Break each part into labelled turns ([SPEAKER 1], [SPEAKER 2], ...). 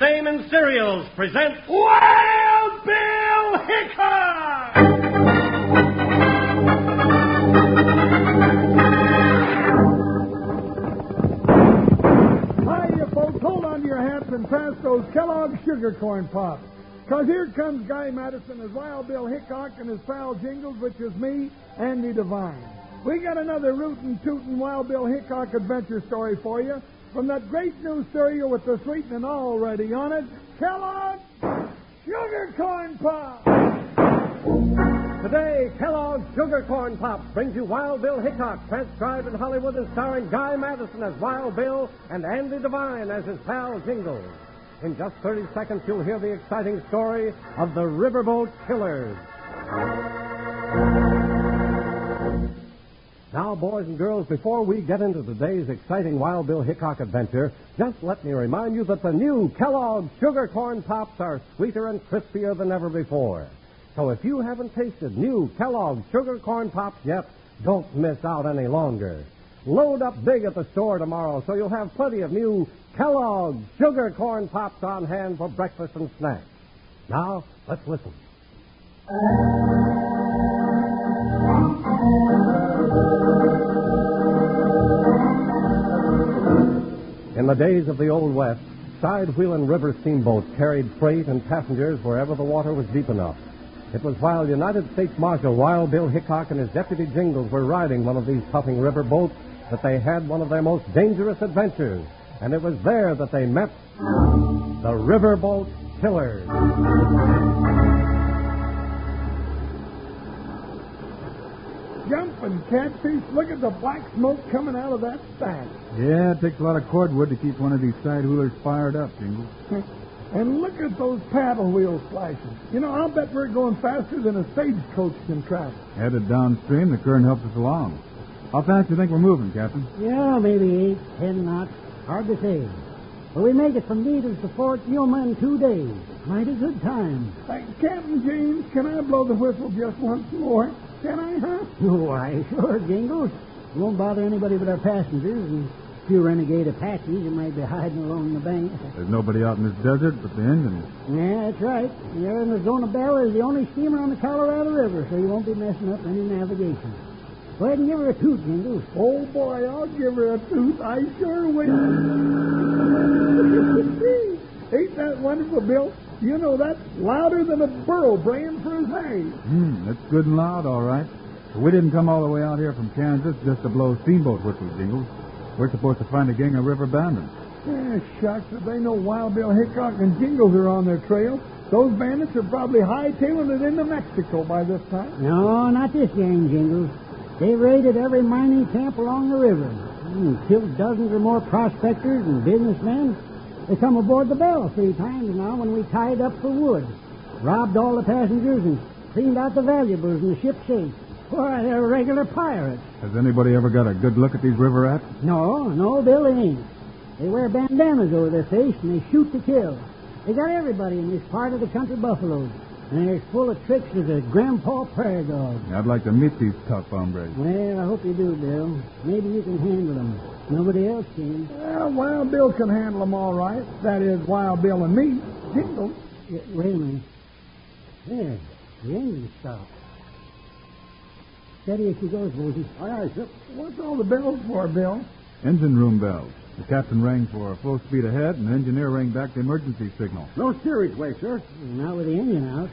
[SPEAKER 1] Same and Cereals presents
[SPEAKER 2] Wild Bill Hickok!
[SPEAKER 3] Hi, you folks. Hold on to your hats and pass those Kellogg's sugar corn pops. Because here comes Guy Madison as Wild Bill Hickok and his pal Jingles, which is me, Andy Devine. We got another rootin' tootin' Wild Bill Hickok adventure story for you from that great new cereal with the sweetening already on it, Kellogg's Sugar Corn Pops.
[SPEAKER 1] Today, Kellogg's Sugar Corn Pops brings you Wild Bill Hickok, transcribed in Hollywood and starring Guy Madison as Wild Bill and Andy Devine as his pal Jingles. In just 30 seconds, you'll hear the exciting story of the Riverboat Killers. Now, boys and girls, before we get into today's exciting Wild Bill Hickok adventure, just let me remind you that the new Kellogg's Sugar Corn Pops are sweeter and crispier than ever before. So if you haven't tasted new Kellogg's Sugar Corn Pops yet, don't miss out any longer. Load up big at the store tomorrow so you'll have plenty of new Kellogg's Sugar Corn Pops on hand for breakfast and snacks. Now, let's listen. In the days of the Old West, side wheel and river steamboats carried freight and passengers wherever the water was deep enough. It was while United States Marshal Wild Bill Hickok and his deputy Jingles were riding one of these puffing river boats that they had one of their most dangerous adventures, and it was there that they met the riverboat killers.
[SPEAKER 3] Jumping catfish, look at the black smoke coming out of that stack.
[SPEAKER 4] Yeah, it takes a lot of cordwood to keep one of these side wheelers fired up, Jingles.
[SPEAKER 3] And look at those paddle wheels flashing. You know, I'll bet we're going faster than a stagecoach can travel.
[SPEAKER 4] Headed downstream, the current helps us along. How fast do you think we're moving, Captain?
[SPEAKER 5] Yeah, maybe eight, ten knots. Hard to say. But we made it from Needles to Fort Yuma in two days. Mighty good time.
[SPEAKER 3] Hey, Captain James, can I blow the whistle just once more? Can I, huh?
[SPEAKER 5] Why, sure, Jingles. It won't bother anybody but our passengers and a few renegade Apaches who might be hiding along the bank.
[SPEAKER 4] There's nobody out in this desert but the engine.
[SPEAKER 5] Yeah, that's right. The Arizona Bell is the only steamer on the Colorado River, so you won't be messing up any navigation. Go ahead and give her a toot, Jingles.
[SPEAKER 3] Oh, boy, I'll give her a tooth. I sure will. Ain't that wonderful, Bill? You know, that's louder than a burro braying for his hay.
[SPEAKER 4] Hmm, that's good and loud, all right. But we didn't come all the way out here from Kansas just to blow steamboat whistles, Jingles. We're supposed to find a gang of river bandits.
[SPEAKER 3] Yeah, Eh, shucks, if they know Wild Bill Hickok and Jingles are on their trail, those bandits are probably hightailing it into Mexico by this time.
[SPEAKER 5] No, not this gang, Jingles. They raided every mining camp along the river and killed dozens or more prospectors and businessmen. They come aboard the Bell three times now when we tied up for wood, robbed all the passengers, and cleaned out the valuables in the ship's safe. Why, they're regular pirates.
[SPEAKER 4] Has anybody ever got a good look at these river rats?
[SPEAKER 5] No, no, Bill, they ain't. They wear bandanas over their face and they shoot to kill. They got everybody in this part of the country buffaloed, and they're as full of tricks as a grandpa prairie dog.
[SPEAKER 4] I'd like to meet these tough hombres.
[SPEAKER 5] Well, I hope you do, Bill. Maybe you can handle them. Nobody else can.
[SPEAKER 3] Well, Wild Bill can handle 'em all right. That is, Wild Bill and me. Jingles.
[SPEAKER 5] Y- Uh, Wait a minute. There, the engine stopped. Steady as she goes, Rosie.
[SPEAKER 3] Aye, aye, sir. What's all the bells for, Bill?
[SPEAKER 4] Engine room bells. The captain rang for full speed ahead, and the engineer rang back the emergency signal.
[SPEAKER 1] No steerage way, sir.
[SPEAKER 5] Not with the engine out.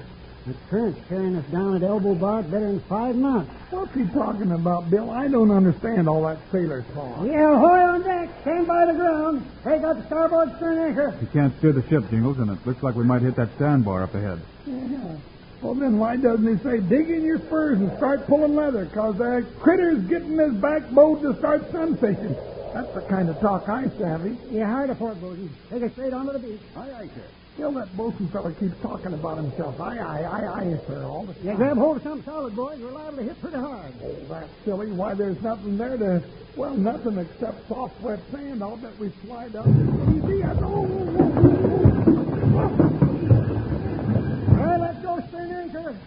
[SPEAKER 5] The current's carrying us down at elbow bar better than five knots.
[SPEAKER 3] What's he talking about, Bill? I don't understand all that sailor talk.
[SPEAKER 5] Yeah, hoy on deck. Stand by the ground. Take out the starboard stern anchor.
[SPEAKER 4] You can't steer the ship, Jingles, and it looks like we might hit that sandbar up ahead.
[SPEAKER 3] Yeah. Well, then why doesn't he say dig in your spurs and start pulling leather? Because that critter's getting his back bowed to start sunfishing. That's the kind of talk I savvy.
[SPEAKER 5] You're hard to port, Bosie. Take her straight onto the beach.
[SPEAKER 3] Aye, aye, sir. Still, that bosun fella keeps talking about himself. Aye, aye, aye, aye, sir, all the time.
[SPEAKER 5] Yeah, grab hold of something solid, boys. We're liable to hit pretty hard.
[SPEAKER 3] Oh, that's silly. Why, there's nothing there to, well, nothing except soft, wet sand. I'll bet we slide up. Easy as, oh,
[SPEAKER 5] All right, let's go stern anchor.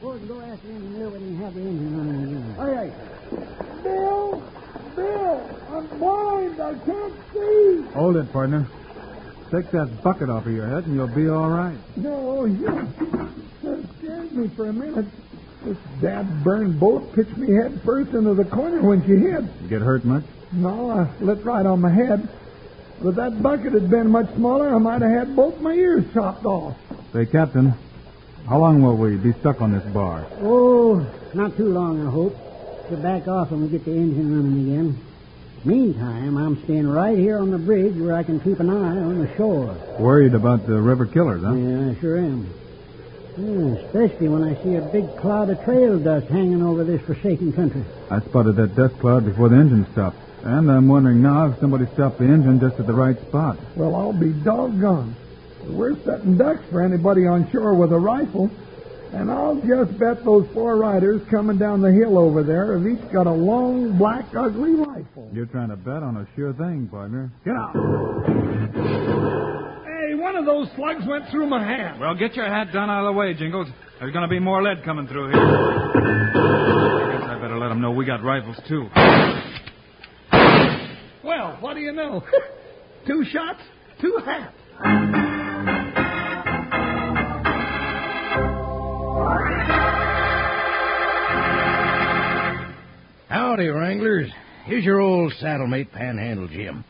[SPEAKER 5] Boys, go ask the engineer when you have the engine running.
[SPEAKER 3] Aye, aye. Bill! Bill! I'm blind! I can't see!
[SPEAKER 4] Hold it, partner. Take that bucket off of your head and you'll be all right.
[SPEAKER 6] No, you that scared me for a minute. This dad burned boat pitched me head first into the corner when she hit.
[SPEAKER 4] You get hurt much?
[SPEAKER 6] No, I slipped right on my head. But if that bucket had been much smaller, I might have had both my ears chopped off.
[SPEAKER 4] Say, Captain, how long will we be stuck on this bar?
[SPEAKER 5] Oh, not too long, I hope. We'll back off when we get the engine running again. Meantime, I'm staying right here on the bridge where I can keep an eye on the shore.
[SPEAKER 4] Worried about the river killers, huh?
[SPEAKER 5] Yeah, I sure am. Yeah, especially when I see a big cloud of trail dust hanging over this forsaken country.
[SPEAKER 4] I spotted that dust cloud before the engine stopped. And I'm wondering now if somebody stopped the engine just at the right spot.
[SPEAKER 6] Well, I'll be doggone. We're setting ducks for anybody on shore with a rifle. And I'll just bet those four riders coming down the hill over there have each got a long, black, ugly rifle.
[SPEAKER 4] You're trying to bet on a sure thing, partner.
[SPEAKER 6] Get out. Hey, one of those slugs went through my hand.
[SPEAKER 7] Well, get your hat down out of the way, Jingles. There's going to be more lead coming through here. I guess I better let 'em know we got rifles, too.
[SPEAKER 6] Well, what do you know? two shots, two hats.
[SPEAKER 3] Howdy, Wranglers. Here's your old saddlemate, Panhandle Jim.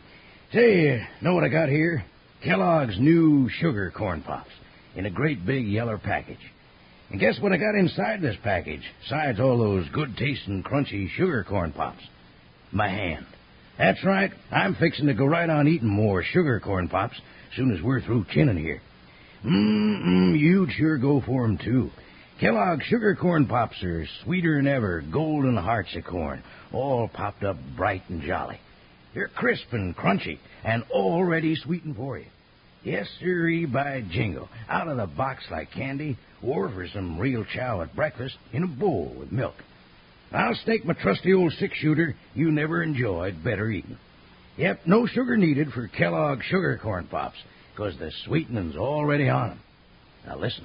[SPEAKER 3] Say, know what I got here? Kellogg's new sugar corn pops in a great big yellow package. And guess what I got inside this package, besides all those good tasting, crunchy sugar corn pops? My hand. That's right, I'm fixing to go right on eating more sugar corn pops soon as we're through chinning here. Mm-mm, you'd sure go for 'em too. Kellogg's sugar corn pops are sweeter than ever, golden hearts of corn, all popped up bright and jolly. They're crisp and crunchy, and already sweetened for you. Yes, sirree, by jingo. Out of the box like candy, or for some real chow at breakfast in a bowl with milk. I'll stake my trusty old six shooter you never enjoyed better eating. Yep, no sugar needed for Kellogg's sugar corn pops, 'cause the sweetening's already on 'em. Now listen.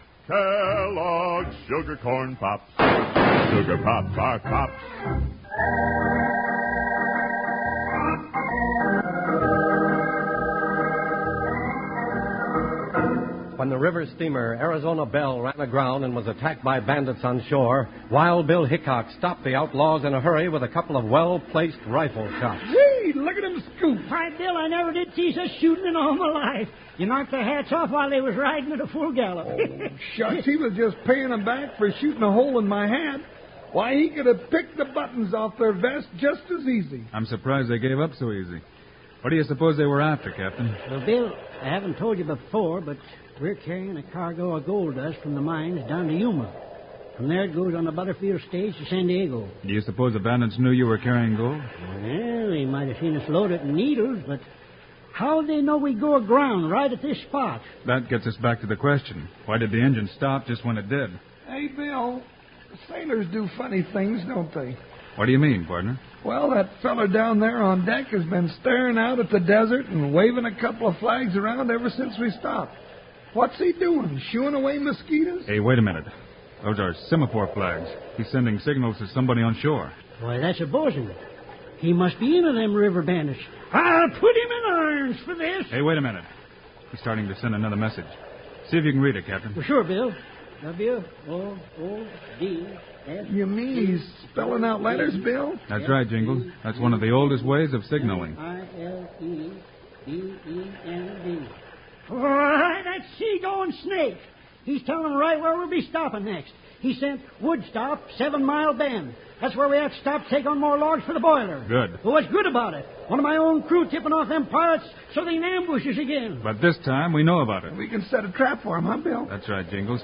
[SPEAKER 8] Kellogg's sugar corn pops. Sugar pops are pops.
[SPEAKER 1] When the river steamer Arizona Belle ran aground and was attacked by bandits on shore, Wild Bill Hickok stopped the outlaws in a hurry with a couple of well placed rifle shots.
[SPEAKER 6] Gee, look at him scoop.
[SPEAKER 5] Why, Bill, I never did see such shooting in all my life. You knocked their hats off while they was riding at a full gallop.
[SPEAKER 6] Shucks, he was just paying 'em back for shooting a hole in my hat. Why, he could have picked the buttons off their vest just as easy.
[SPEAKER 4] I'm surprised they gave up so easy. What do you suppose they were after, Captain?
[SPEAKER 5] well, Bill, I haven't told you before, but we're carrying a cargo of gold dust from the mines down to Yuma. From there it goes on the Butterfield stage to San Diego.
[SPEAKER 4] Do you suppose the bandits knew you were carrying gold?
[SPEAKER 5] Well, they might have seen us load it in needles, but how'd they know we go aground right at this spot?
[SPEAKER 4] That gets us back to the question. Why did the engine stop just when it did?
[SPEAKER 6] Hey, Bill, sailors do funny things, don't they?
[SPEAKER 4] What do you mean, partner?
[SPEAKER 6] Well, that feller down there on deck has been staring out at the desert and waving a couple of flags around ever since we stopped. What's he doing? Shooing away mosquitoes?
[SPEAKER 4] Hey, wait a minute. Those are semaphore flags. He's sending signals to somebody on shore.
[SPEAKER 5] Why, that's a bosun. He must be into them river bandits. I'll put him in irons Ah, for this.
[SPEAKER 4] Hey, wait a minute. He's starting to send another message. See if you can read it, Captain.
[SPEAKER 5] Well, sure, Bill. W O O D S.
[SPEAKER 6] You mean he's spelling out letters, Bill?
[SPEAKER 4] That's right, Jingles. That's one of the oldest ways of signaling.
[SPEAKER 5] I L E B E N D. Why, that sea-going snake. He's telling right where we'll be stopping next. He sent Woodstop, Seven Mile Bend. That's where we have to stop to take on more logs for the boiler.
[SPEAKER 4] Good.
[SPEAKER 5] Well, what's good about it? One of my own crew tipping off them pirates so they can ambush us again.
[SPEAKER 4] But this time we know about it.
[SPEAKER 6] We can set a trap for him, huh, Bill?
[SPEAKER 4] That's right, Jingles.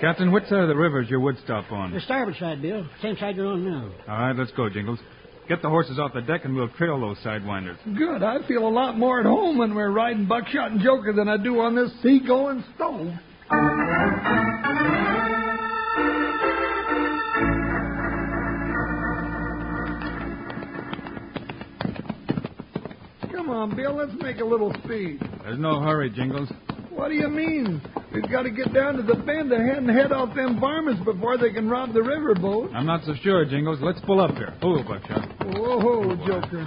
[SPEAKER 4] Captain, which side of the river is your wood stop on?
[SPEAKER 5] The starboard side, Bill. Same side you're on now.
[SPEAKER 4] All right, let's go, Jingles. Get the horses off the deck and we'll trail those sidewinders.
[SPEAKER 6] Good. I feel a lot more at home when we're riding Buckshot and Joker than I do on this sea-going stove.
[SPEAKER 9] on, Bill. Let's make a little speed.
[SPEAKER 4] There's no hurry, Jingles.
[SPEAKER 9] What do you mean? We've got to get down to the bend ahead and head off them varmints before they can rob the riverboat.
[SPEAKER 4] I'm not so sure, Jingles. Let's pull up here. Ooh, Buckshot.
[SPEAKER 9] Whoa, Joker.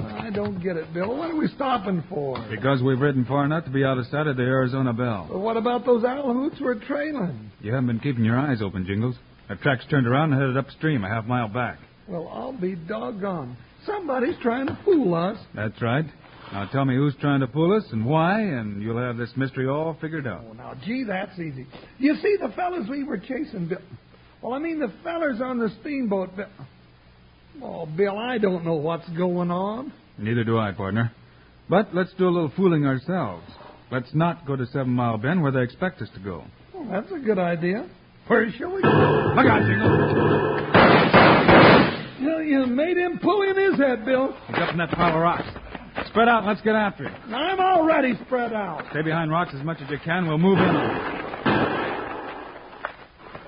[SPEAKER 9] I don't get it, Bill. What are we stopping for?
[SPEAKER 4] Because we've ridden far enough to be out of sight of the Arizona Bell.
[SPEAKER 9] But what about those owl hoots we're trailing?
[SPEAKER 4] You haven't been keeping your eyes open, Jingles. That track's turned around and headed upstream a half mile back.
[SPEAKER 9] Well, I'll be doggone. Somebody's trying to fool us.
[SPEAKER 4] That's right. Now tell me who's trying to fool us and why, and you'll have this mystery all figured out.
[SPEAKER 9] Oh, now, gee, that's easy. You see, the fellas we were chasing, Bill. Well, I mean, the fellas on the steamboat, Bill. Oh, Bill, I don't know what's going on.
[SPEAKER 4] Neither do I, partner. But let's do a little fooling ourselves. Let's not go to Seven Mile Bend where they expect us to go.
[SPEAKER 9] Well, that's a good idea. Where shall we go? Look
[SPEAKER 4] out, Jingles!
[SPEAKER 9] You, you made him pull in his head, Bill.
[SPEAKER 4] He's up in that pile of rocks. Spread out and let's get after him.
[SPEAKER 9] I'm already spread out.
[SPEAKER 4] Stay behind rocks as much as you can. We'll move in.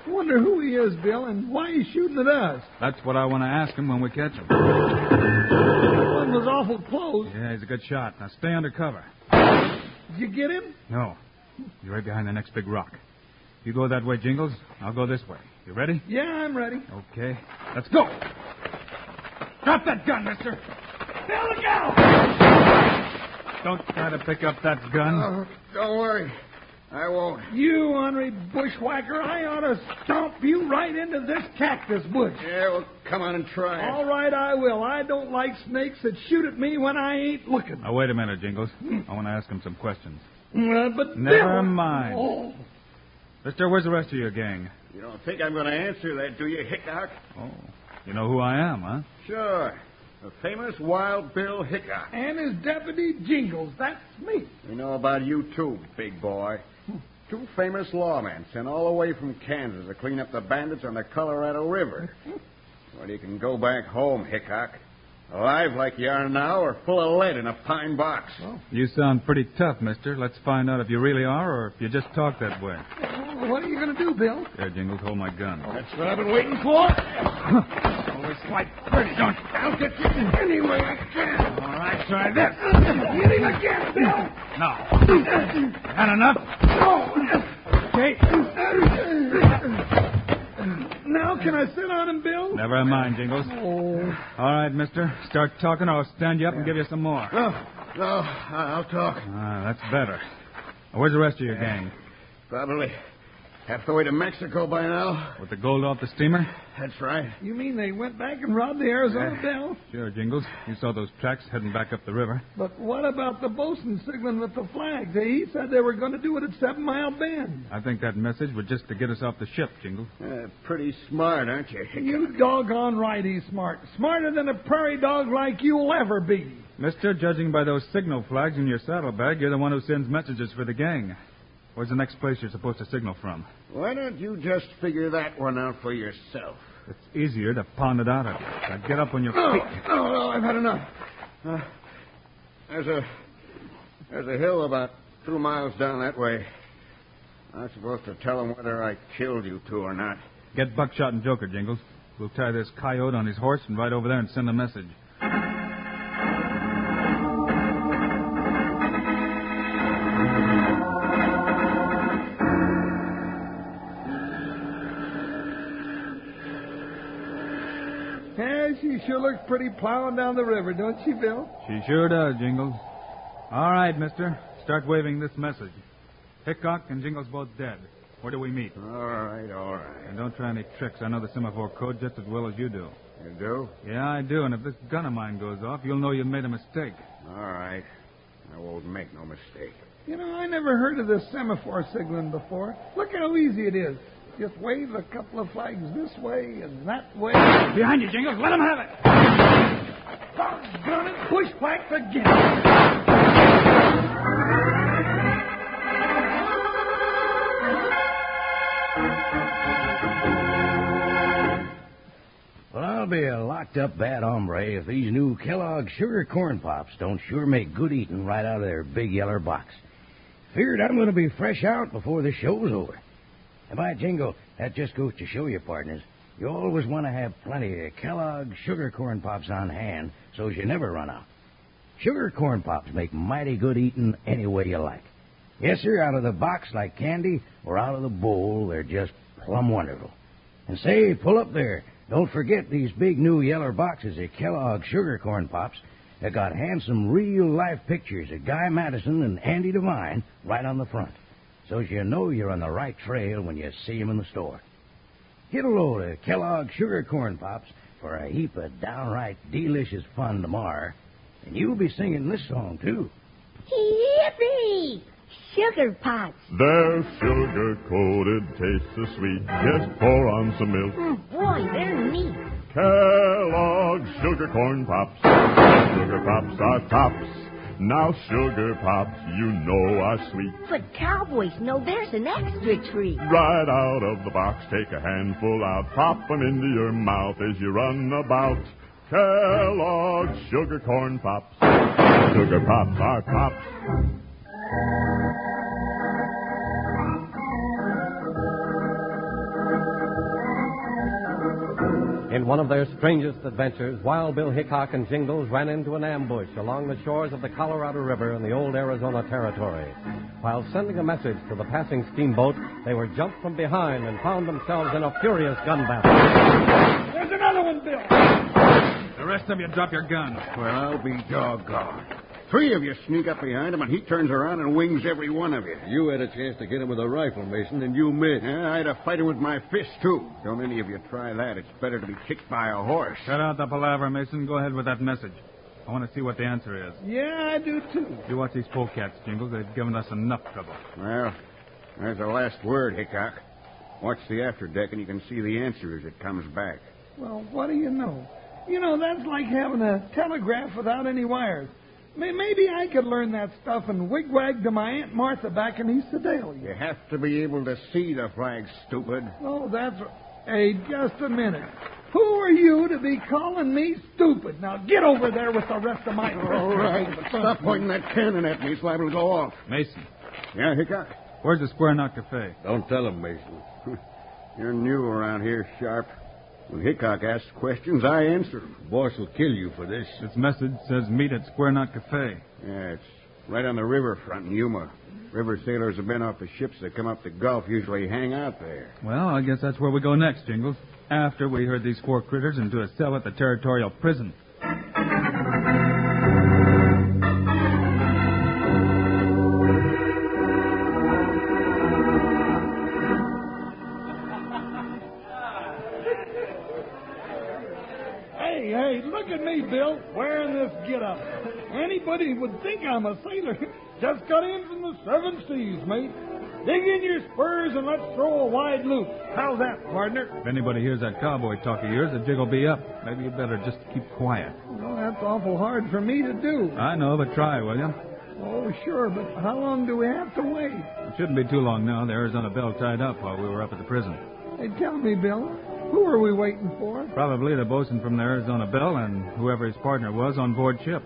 [SPEAKER 9] Wonder who he is, Bill, and why he's shooting at us.
[SPEAKER 4] That's what I want to ask him when we catch him.
[SPEAKER 9] That one was awful close.
[SPEAKER 4] Yeah, he's a good shot. Now stay under cover.
[SPEAKER 9] Did you get him?
[SPEAKER 4] No. You're right behind the next big rock. You go that way, Jingles. I'll go this way. You ready?
[SPEAKER 9] Yeah, I'm ready.
[SPEAKER 4] Okay. Let's go. Drop that gun, mister.
[SPEAKER 9] Bill, look out!
[SPEAKER 4] Don't try to pick up that gun.
[SPEAKER 10] Oh, don't worry. I won't.
[SPEAKER 9] You ornery bushwhacker, I ought to stomp you right into this cactus bush.
[SPEAKER 10] Yeah, well, come on and try it.
[SPEAKER 9] All right, I will. I don't like snakes that shoot at me when I ain't looking.
[SPEAKER 4] Now, wait a minute, Jingles. I want to ask him some questions.
[SPEAKER 9] Uh, but
[SPEAKER 4] Never
[SPEAKER 9] Bill-
[SPEAKER 4] mind.
[SPEAKER 9] Oh,
[SPEAKER 4] Mister, where's the rest of your gang?
[SPEAKER 10] You don't think I'm going to answer that, do you, Hickok?
[SPEAKER 4] Oh, you know who I am, huh?
[SPEAKER 10] Sure. The famous Wild Bill Hickok.
[SPEAKER 9] and his deputy Jingles. That's me.
[SPEAKER 10] We know about you, too, big boy. Two famous lawmen sent all the way from Kansas to clean up the bandits on the Colorado River. Well, you can go back home, Hickok. Alive like you are now, or full of lead in a pine box.
[SPEAKER 4] You sound pretty tough, mister. Let's find out if you really are or if you just talk that way.
[SPEAKER 9] Oh, What are you going to do, Bill?
[SPEAKER 4] There, Jingles, hold my gun.
[SPEAKER 10] That's what I've been waiting for.
[SPEAKER 4] Always like pretty, don't you?
[SPEAKER 10] I'll get you anyway I can.
[SPEAKER 4] All right, try this.
[SPEAKER 9] Hit him again, Bill.
[SPEAKER 4] Now. Had enough? Okay.
[SPEAKER 9] Now can I sit on him, Bill?
[SPEAKER 4] Never mind, Jingles.
[SPEAKER 9] Oh,
[SPEAKER 4] All right, mister. Start talking or I'll stand you up and give you some more.
[SPEAKER 10] No, no, oh, I- I'll talk.
[SPEAKER 4] Ah, that's better. Now, Where's the rest of your gang?
[SPEAKER 10] Probably half the way to Mexico by now.
[SPEAKER 4] With the gold off the steamer?
[SPEAKER 10] That's right.
[SPEAKER 9] you mean they went back and robbed the Arizona Bell?
[SPEAKER 4] Sure, Jingles. You saw those tracks heading back up the river.
[SPEAKER 9] But what about the bosun signaling with the flags? He said they were going to do it at Seven Mile Bend.
[SPEAKER 4] I think that message was just to get us off the ship, Jingles.
[SPEAKER 10] Uh, pretty smart, aren't you? Hickok?
[SPEAKER 9] You doggone right he's smart. Smarter than a prairie dog like you'll ever be.
[SPEAKER 4] Mister, judging by those signal flags in your saddlebag, you're the one who sends messages for the gang. Where's the next place you're supposed to signal from?
[SPEAKER 10] Why don't you just figure that one out for yourself?
[SPEAKER 4] It's easier to pound it out of you. Now get up on your
[SPEAKER 10] Oh,
[SPEAKER 4] feet.
[SPEAKER 10] oh, no, I've had enough. Uh, there's a there's a hill about two miles down that way. I'm supposed to tell them whether I killed you two or not.
[SPEAKER 4] Get Buckshot and Joker, Jingles. We'll tie this coyote on his horse and ride over there and send a message.
[SPEAKER 9] Yeah, she sure looks pretty plowing down the river, don't she, Bill?
[SPEAKER 4] She sure does, Jingles. All right, mister. Start waving this message. Hickok and Jingles both dead. Where do we meet?
[SPEAKER 10] All right, all right.
[SPEAKER 4] And don't try any tricks. I know the semaphore code just as well as you do.
[SPEAKER 10] You do?
[SPEAKER 4] Yeah, I do. And if this gun of mine goes off, you'll know you've made a mistake.
[SPEAKER 10] All right. I won't make no mistake.
[SPEAKER 9] You know, I never heard of this semaphore signaling before. Look how easy it is. Just wave a couple of flags this way and that way.
[SPEAKER 4] Behind you, Jingles. Let him have it.
[SPEAKER 9] Doggone it, push flags again.
[SPEAKER 3] Well, I'll be a locked up bad hombre if these new Kellogg sugar corn pops don't sure make good eating right out of their big yeller box. Feared I'm going to be fresh out before the show's over. And by jingo, that just goes to show you, partners, you always want to have plenty of Kellogg sugar corn pops on hand so as you never run out. Sugar corn pops make mighty good eating any way you like. Yes, sir, out of the box like candy or out of the bowl, they're just plumb wonderful. And say, pull up there. Don't forget these big new yeller boxes of Kellogg sugar corn pops. They got handsome real life pictures of Guy Madison and Andy Devine right on the front. So you know you're on the right trail when you see 'em in the store. Get a load of Kellogg sugar corn pops for a heap of downright delicious fun tomorrow. And you'll be singing this song, too.
[SPEAKER 11] Yippee! Sugar pots.
[SPEAKER 8] Their sugar coated taste so sweet. Just pour on some milk.
[SPEAKER 11] Mm, boy, they're neat.
[SPEAKER 8] Kellogg's sugar corn pops. Sugar pops are tops. Now sugar pops, you know are sweet.
[SPEAKER 11] But cowboys know there's an extra treat.
[SPEAKER 8] Right out of the box, take a handful out, pop 'em into your mouth as you run about. Kellogg's sugar corn pops. Sugar pops are tops.
[SPEAKER 1] In one of their strangest adventures, Wild Bill Hickok and Jingles ran into an ambush along the shores of the Colorado River in the old Arizona Territory. While sending a message to the passing steamboat, they were jumped from behind and found themselves in a furious gun battle.
[SPEAKER 2] There's another one, Bill!
[SPEAKER 4] The rest of you drop your guns.
[SPEAKER 10] Well, I'll be doggone. Three of you sneak up behind him, and he turns around and wings every one of you.
[SPEAKER 12] You had a chance to get him with a rifle, Mason, and you missed.
[SPEAKER 10] Yeah, I had to fight him with my fist, too. Don't any of you try that. It's better to be kicked by a horse.
[SPEAKER 4] Shut out the palaver, Mason. Go ahead with that message. I want to see what the answer is.
[SPEAKER 2] Yeah, I do, too.
[SPEAKER 4] You watch these polecats, Jingles. They've given us enough trouble.
[SPEAKER 10] Well, there's the last word, Hickok. Watch the after deck, and you can see the answer as it comes back.
[SPEAKER 9] Well, what do you know? You know, that's like having a telegraph without any wires. Maybe I could learn that stuff and wigwag to my Aunt Martha back in East Sedalia.
[SPEAKER 10] You have to be able to see the flag, stupid.
[SPEAKER 9] Oh, that's. Hey, just a minute. Who are you to be calling me stupid? Now get over there with the rest of my.
[SPEAKER 10] All right, but stop pointing that cannon at me. It's liable to go off.
[SPEAKER 4] Mason.
[SPEAKER 10] Yeah, Hickok.
[SPEAKER 4] Where's the Square Knot Cafe?
[SPEAKER 12] Don't tell him, Mason.
[SPEAKER 10] You're new around here, Sharp. When Hickok asks questions, I answer them.
[SPEAKER 12] The boss will kill you for this.
[SPEAKER 4] This message says meet at Square Knot Cafe.
[SPEAKER 10] Yeah, it's right on the riverfront in Yuma. River sailors have been off the ships that come up the Gulf usually hang out there.
[SPEAKER 4] Well, I guess that's where we go next, Jingles. After we herd these four critters into a cell at the territorial prison.
[SPEAKER 9] Bill, wearing this getup. Anybody would think I'm a sailor. Just got in from the seven seas, mate. Dig in your spurs and let's throw a wide loop. How's that, partner?
[SPEAKER 4] If anybody hears that cowboy talk of yours, the jig'll be up. Maybe you better just keep quiet.
[SPEAKER 9] Well, that's awful hard for me to do.
[SPEAKER 4] I know, but try, will you?
[SPEAKER 9] Oh, sure, but how long do we have to wait?
[SPEAKER 4] It shouldn't be too long now. The Arizona Bell tied up while we were up at the prison.
[SPEAKER 9] Hey, tell me, Bill, who are we waiting for?
[SPEAKER 4] Probably the bosun from the Arizona Bell and whoever his partner was on board ship.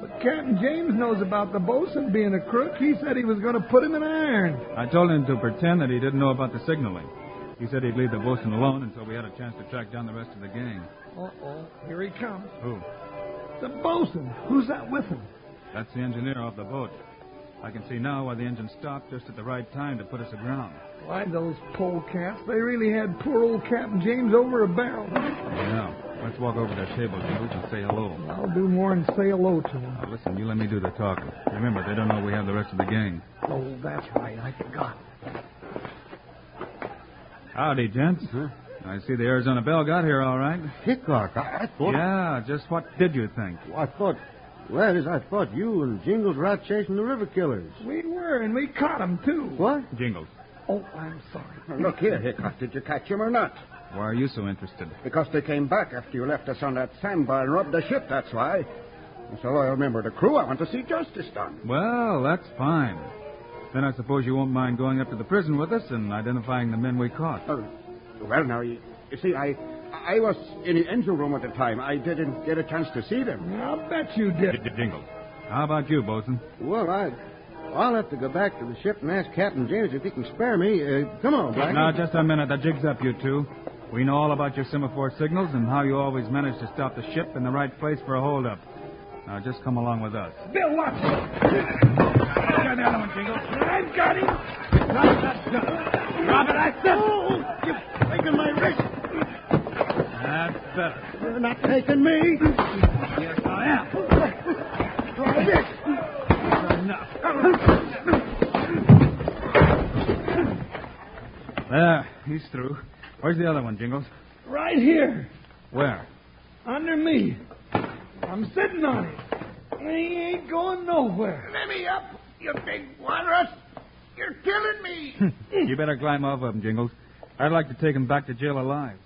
[SPEAKER 9] But Captain James knows about the bosun being a crook. He said he was going to put him in irons.
[SPEAKER 4] I told him to pretend that he didn't know about the signaling. He said he'd leave the bosun alone until we had a chance to track down the rest of the gang.
[SPEAKER 9] Uh-oh. Here he comes.
[SPEAKER 4] Who?
[SPEAKER 9] The bosun. Who's that with him?
[SPEAKER 4] That's the engineer off the boat. I can see now why the engine stopped just at the right time to put us aground.
[SPEAKER 9] Why, those polecats, they really had poor old Captain James over a barrel.
[SPEAKER 4] Yeah. Let's walk over to their table, James, and say hello.
[SPEAKER 9] I'll do more than say hello to them.
[SPEAKER 4] Now, listen, you let me do the talking. Remember, they don't know we have the rest of the gang.
[SPEAKER 9] Oh, that's right. I forgot.
[SPEAKER 4] Howdy, gents. Huh? I see the Arizona Bell got here all right.
[SPEAKER 12] Hickok, I, I thought...
[SPEAKER 4] Yeah, just what did you think?
[SPEAKER 12] Well, I thought Gladys, I thought you and Jingles were out chasing the river killers.
[SPEAKER 9] We were, and we caught 'em too.
[SPEAKER 12] What?
[SPEAKER 4] Jingles.
[SPEAKER 9] Oh, I'm sorry.
[SPEAKER 10] Look here, Hickok. Did you catch 'em or not?
[SPEAKER 4] Why are you so interested?
[SPEAKER 10] Because they came back after you left us on that sandbar and robbed the ship, that's why. And so I remembered the crew I want to see justice done.
[SPEAKER 4] Well, that's fine. Then I suppose you won't mind going up to the prison with us and identifying the men we caught.
[SPEAKER 10] Oh, well, now, you, you see, I, I was in the engine room at the time. I didn't get a chance to see them.
[SPEAKER 9] I'll bet you did.
[SPEAKER 4] D- Dingle. How about you, Bosun?
[SPEAKER 12] Well, I. I'll have to go back to the ship and ask Captain James if he can spare me. Uh, come on, Blackie.
[SPEAKER 4] Now, just a minute. The jig's up, you two. We know all about your semaphore signals and how you always manage to stop the ship in the right place for a holdup. Now just come along with us.
[SPEAKER 9] Bill, watch. I
[SPEAKER 4] got the other one, Jingle.
[SPEAKER 9] I've got him. No, no, no. Drop it, I said. Oh, you're breaking my wrist.
[SPEAKER 4] That's better.
[SPEAKER 9] You're not taking me.
[SPEAKER 4] Yes, I am.
[SPEAKER 9] Try this.
[SPEAKER 4] Enough. There, he's through. Ah, Where's the other one, Jingles?
[SPEAKER 9] Right here.
[SPEAKER 4] Where?
[SPEAKER 9] Under me. I'm sitting on it. He ain't going nowhere.
[SPEAKER 13] Let me up, you big walrus. You're killing me.
[SPEAKER 4] you better climb off of him, Jingles. I'd like to take him back to jail alive.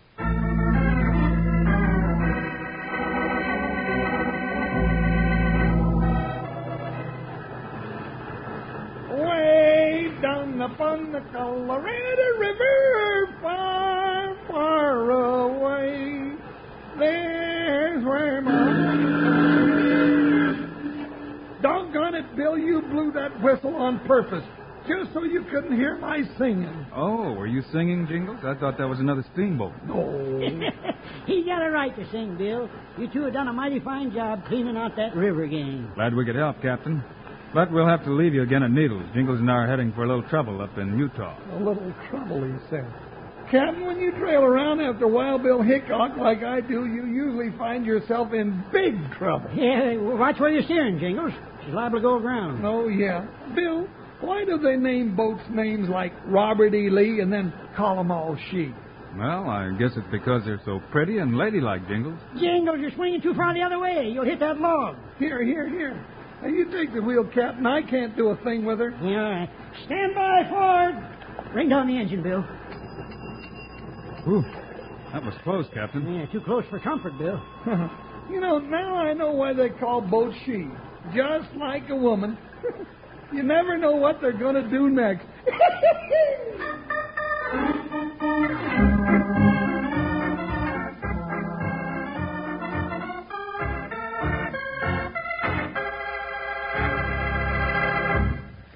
[SPEAKER 9] Way down upon the Colorado River, far, far away, there's where my... Doggone it, Bill, you blew that whistle on purpose, just so you couldn't hear my singing.
[SPEAKER 4] Oh, were you singing, Jingles? I thought that was another steamboat.
[SPEAKER 9] No.
[SPEAKER 5] He got a right to sing, Bill. You two have done a mighty fine job cleaning out that river game.
[SPEAKER 4] Glad we could help, Captain. But we'll have to leave you again at Needles. Jingles and I are heading for a little trouble up in Utah.
[SPEAKER 9] A little trouble, he said. Captain, when you trail around after Wild Bill Hickok like I do, you usually find yourself in big trouble.
[SPEAKER 5] Yeah, watch where you're steering, Jingles. She's liable to go aground.
[SPEAKER 9] Oh, yeah. Bill, why do they name boats names like Robert E. Lee and then call 'em all sheep?
[SPEAKER 4] Well, I guess it's because they're so pretty and ladylike, Jingles.
[SPEAKER 5] Jingles, you're swinging too far the other way. You'll hit that log.
[SPEAKER 9] Here, here, here. Now, you take the wheel, Captain. I can't do a thing with her.
[SPEAKER 5] Yeah, all right. Stand by, Ford. Bring down the engine, Bill.
[SPEAKER 4] Whew. That was close, Captain.
[SPEAKER 5] Yeah, too close for comfort, Bill.
[SPEAKER 9] you know, now I know why they call boats she. Just like a woman. you never know what they're going to do next.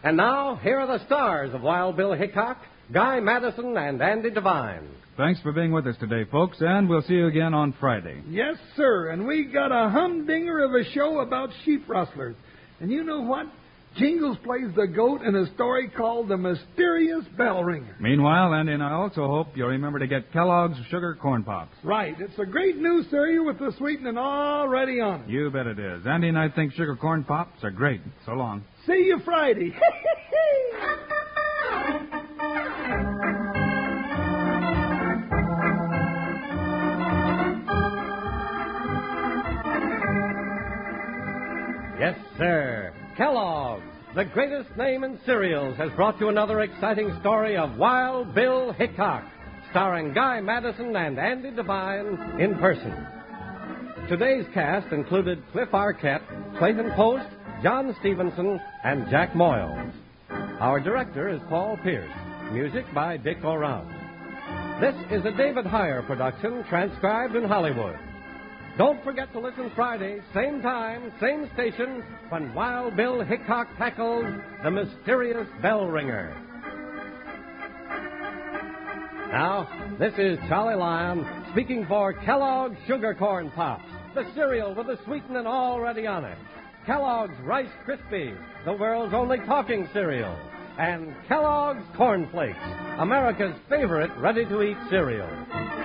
[SPEAKER 1] And now, here are the stars of Wild Bill Hickok, Guy Madison, and Andy Devine.
[SPEAKER 4] Thanks for being with us today, folks, and we'll see you again on Friday.
[SPEAKER 9] Yes, sir. And we got a humdinger of a show about sheep rustlers. And you know what? Jingles plays the goat in a story called The Mysterious Bell Ringer.
[SPEAKER 4] Meanwhile, Andy and I also hope you'll remember to get Kellogg's Sugar Corn Pops.
[SPEAKER 9] Right. It's a great new cereal with the sweetening already on it.
[SPEAKER 4] You bet it is. Andy and I think sugar corn pops are great. So long.
[SPEAKER 9] See you Friday.
[SPEAKER 1] Yes, sir. Kellogg's, the greatest name in cereals, has brought you another exciting story of Wild Bill Hickok, starring Guy Madison and Andy Devine in person. Today's cast included Cliff Arquette, Clayton Post, John Stevenson, and Jack Moyles. Our director is Paul Pierce, music by Dick Oram. This is a David Heyer production transcribed in Hollywood. Don't forget to listen Friday, same time, same station, when Wild Bill Hickok tackles the mysterious bell ringer. Now, this is Charlie Lyon speaking for Kellogg's Sugar Corn Pops, the cereal with the sweetening already on it, Kellogg's Rice Krispies, the world's only talking cereal, and Kellogg's Corn Flakes, America's favorite ready to eat cereal.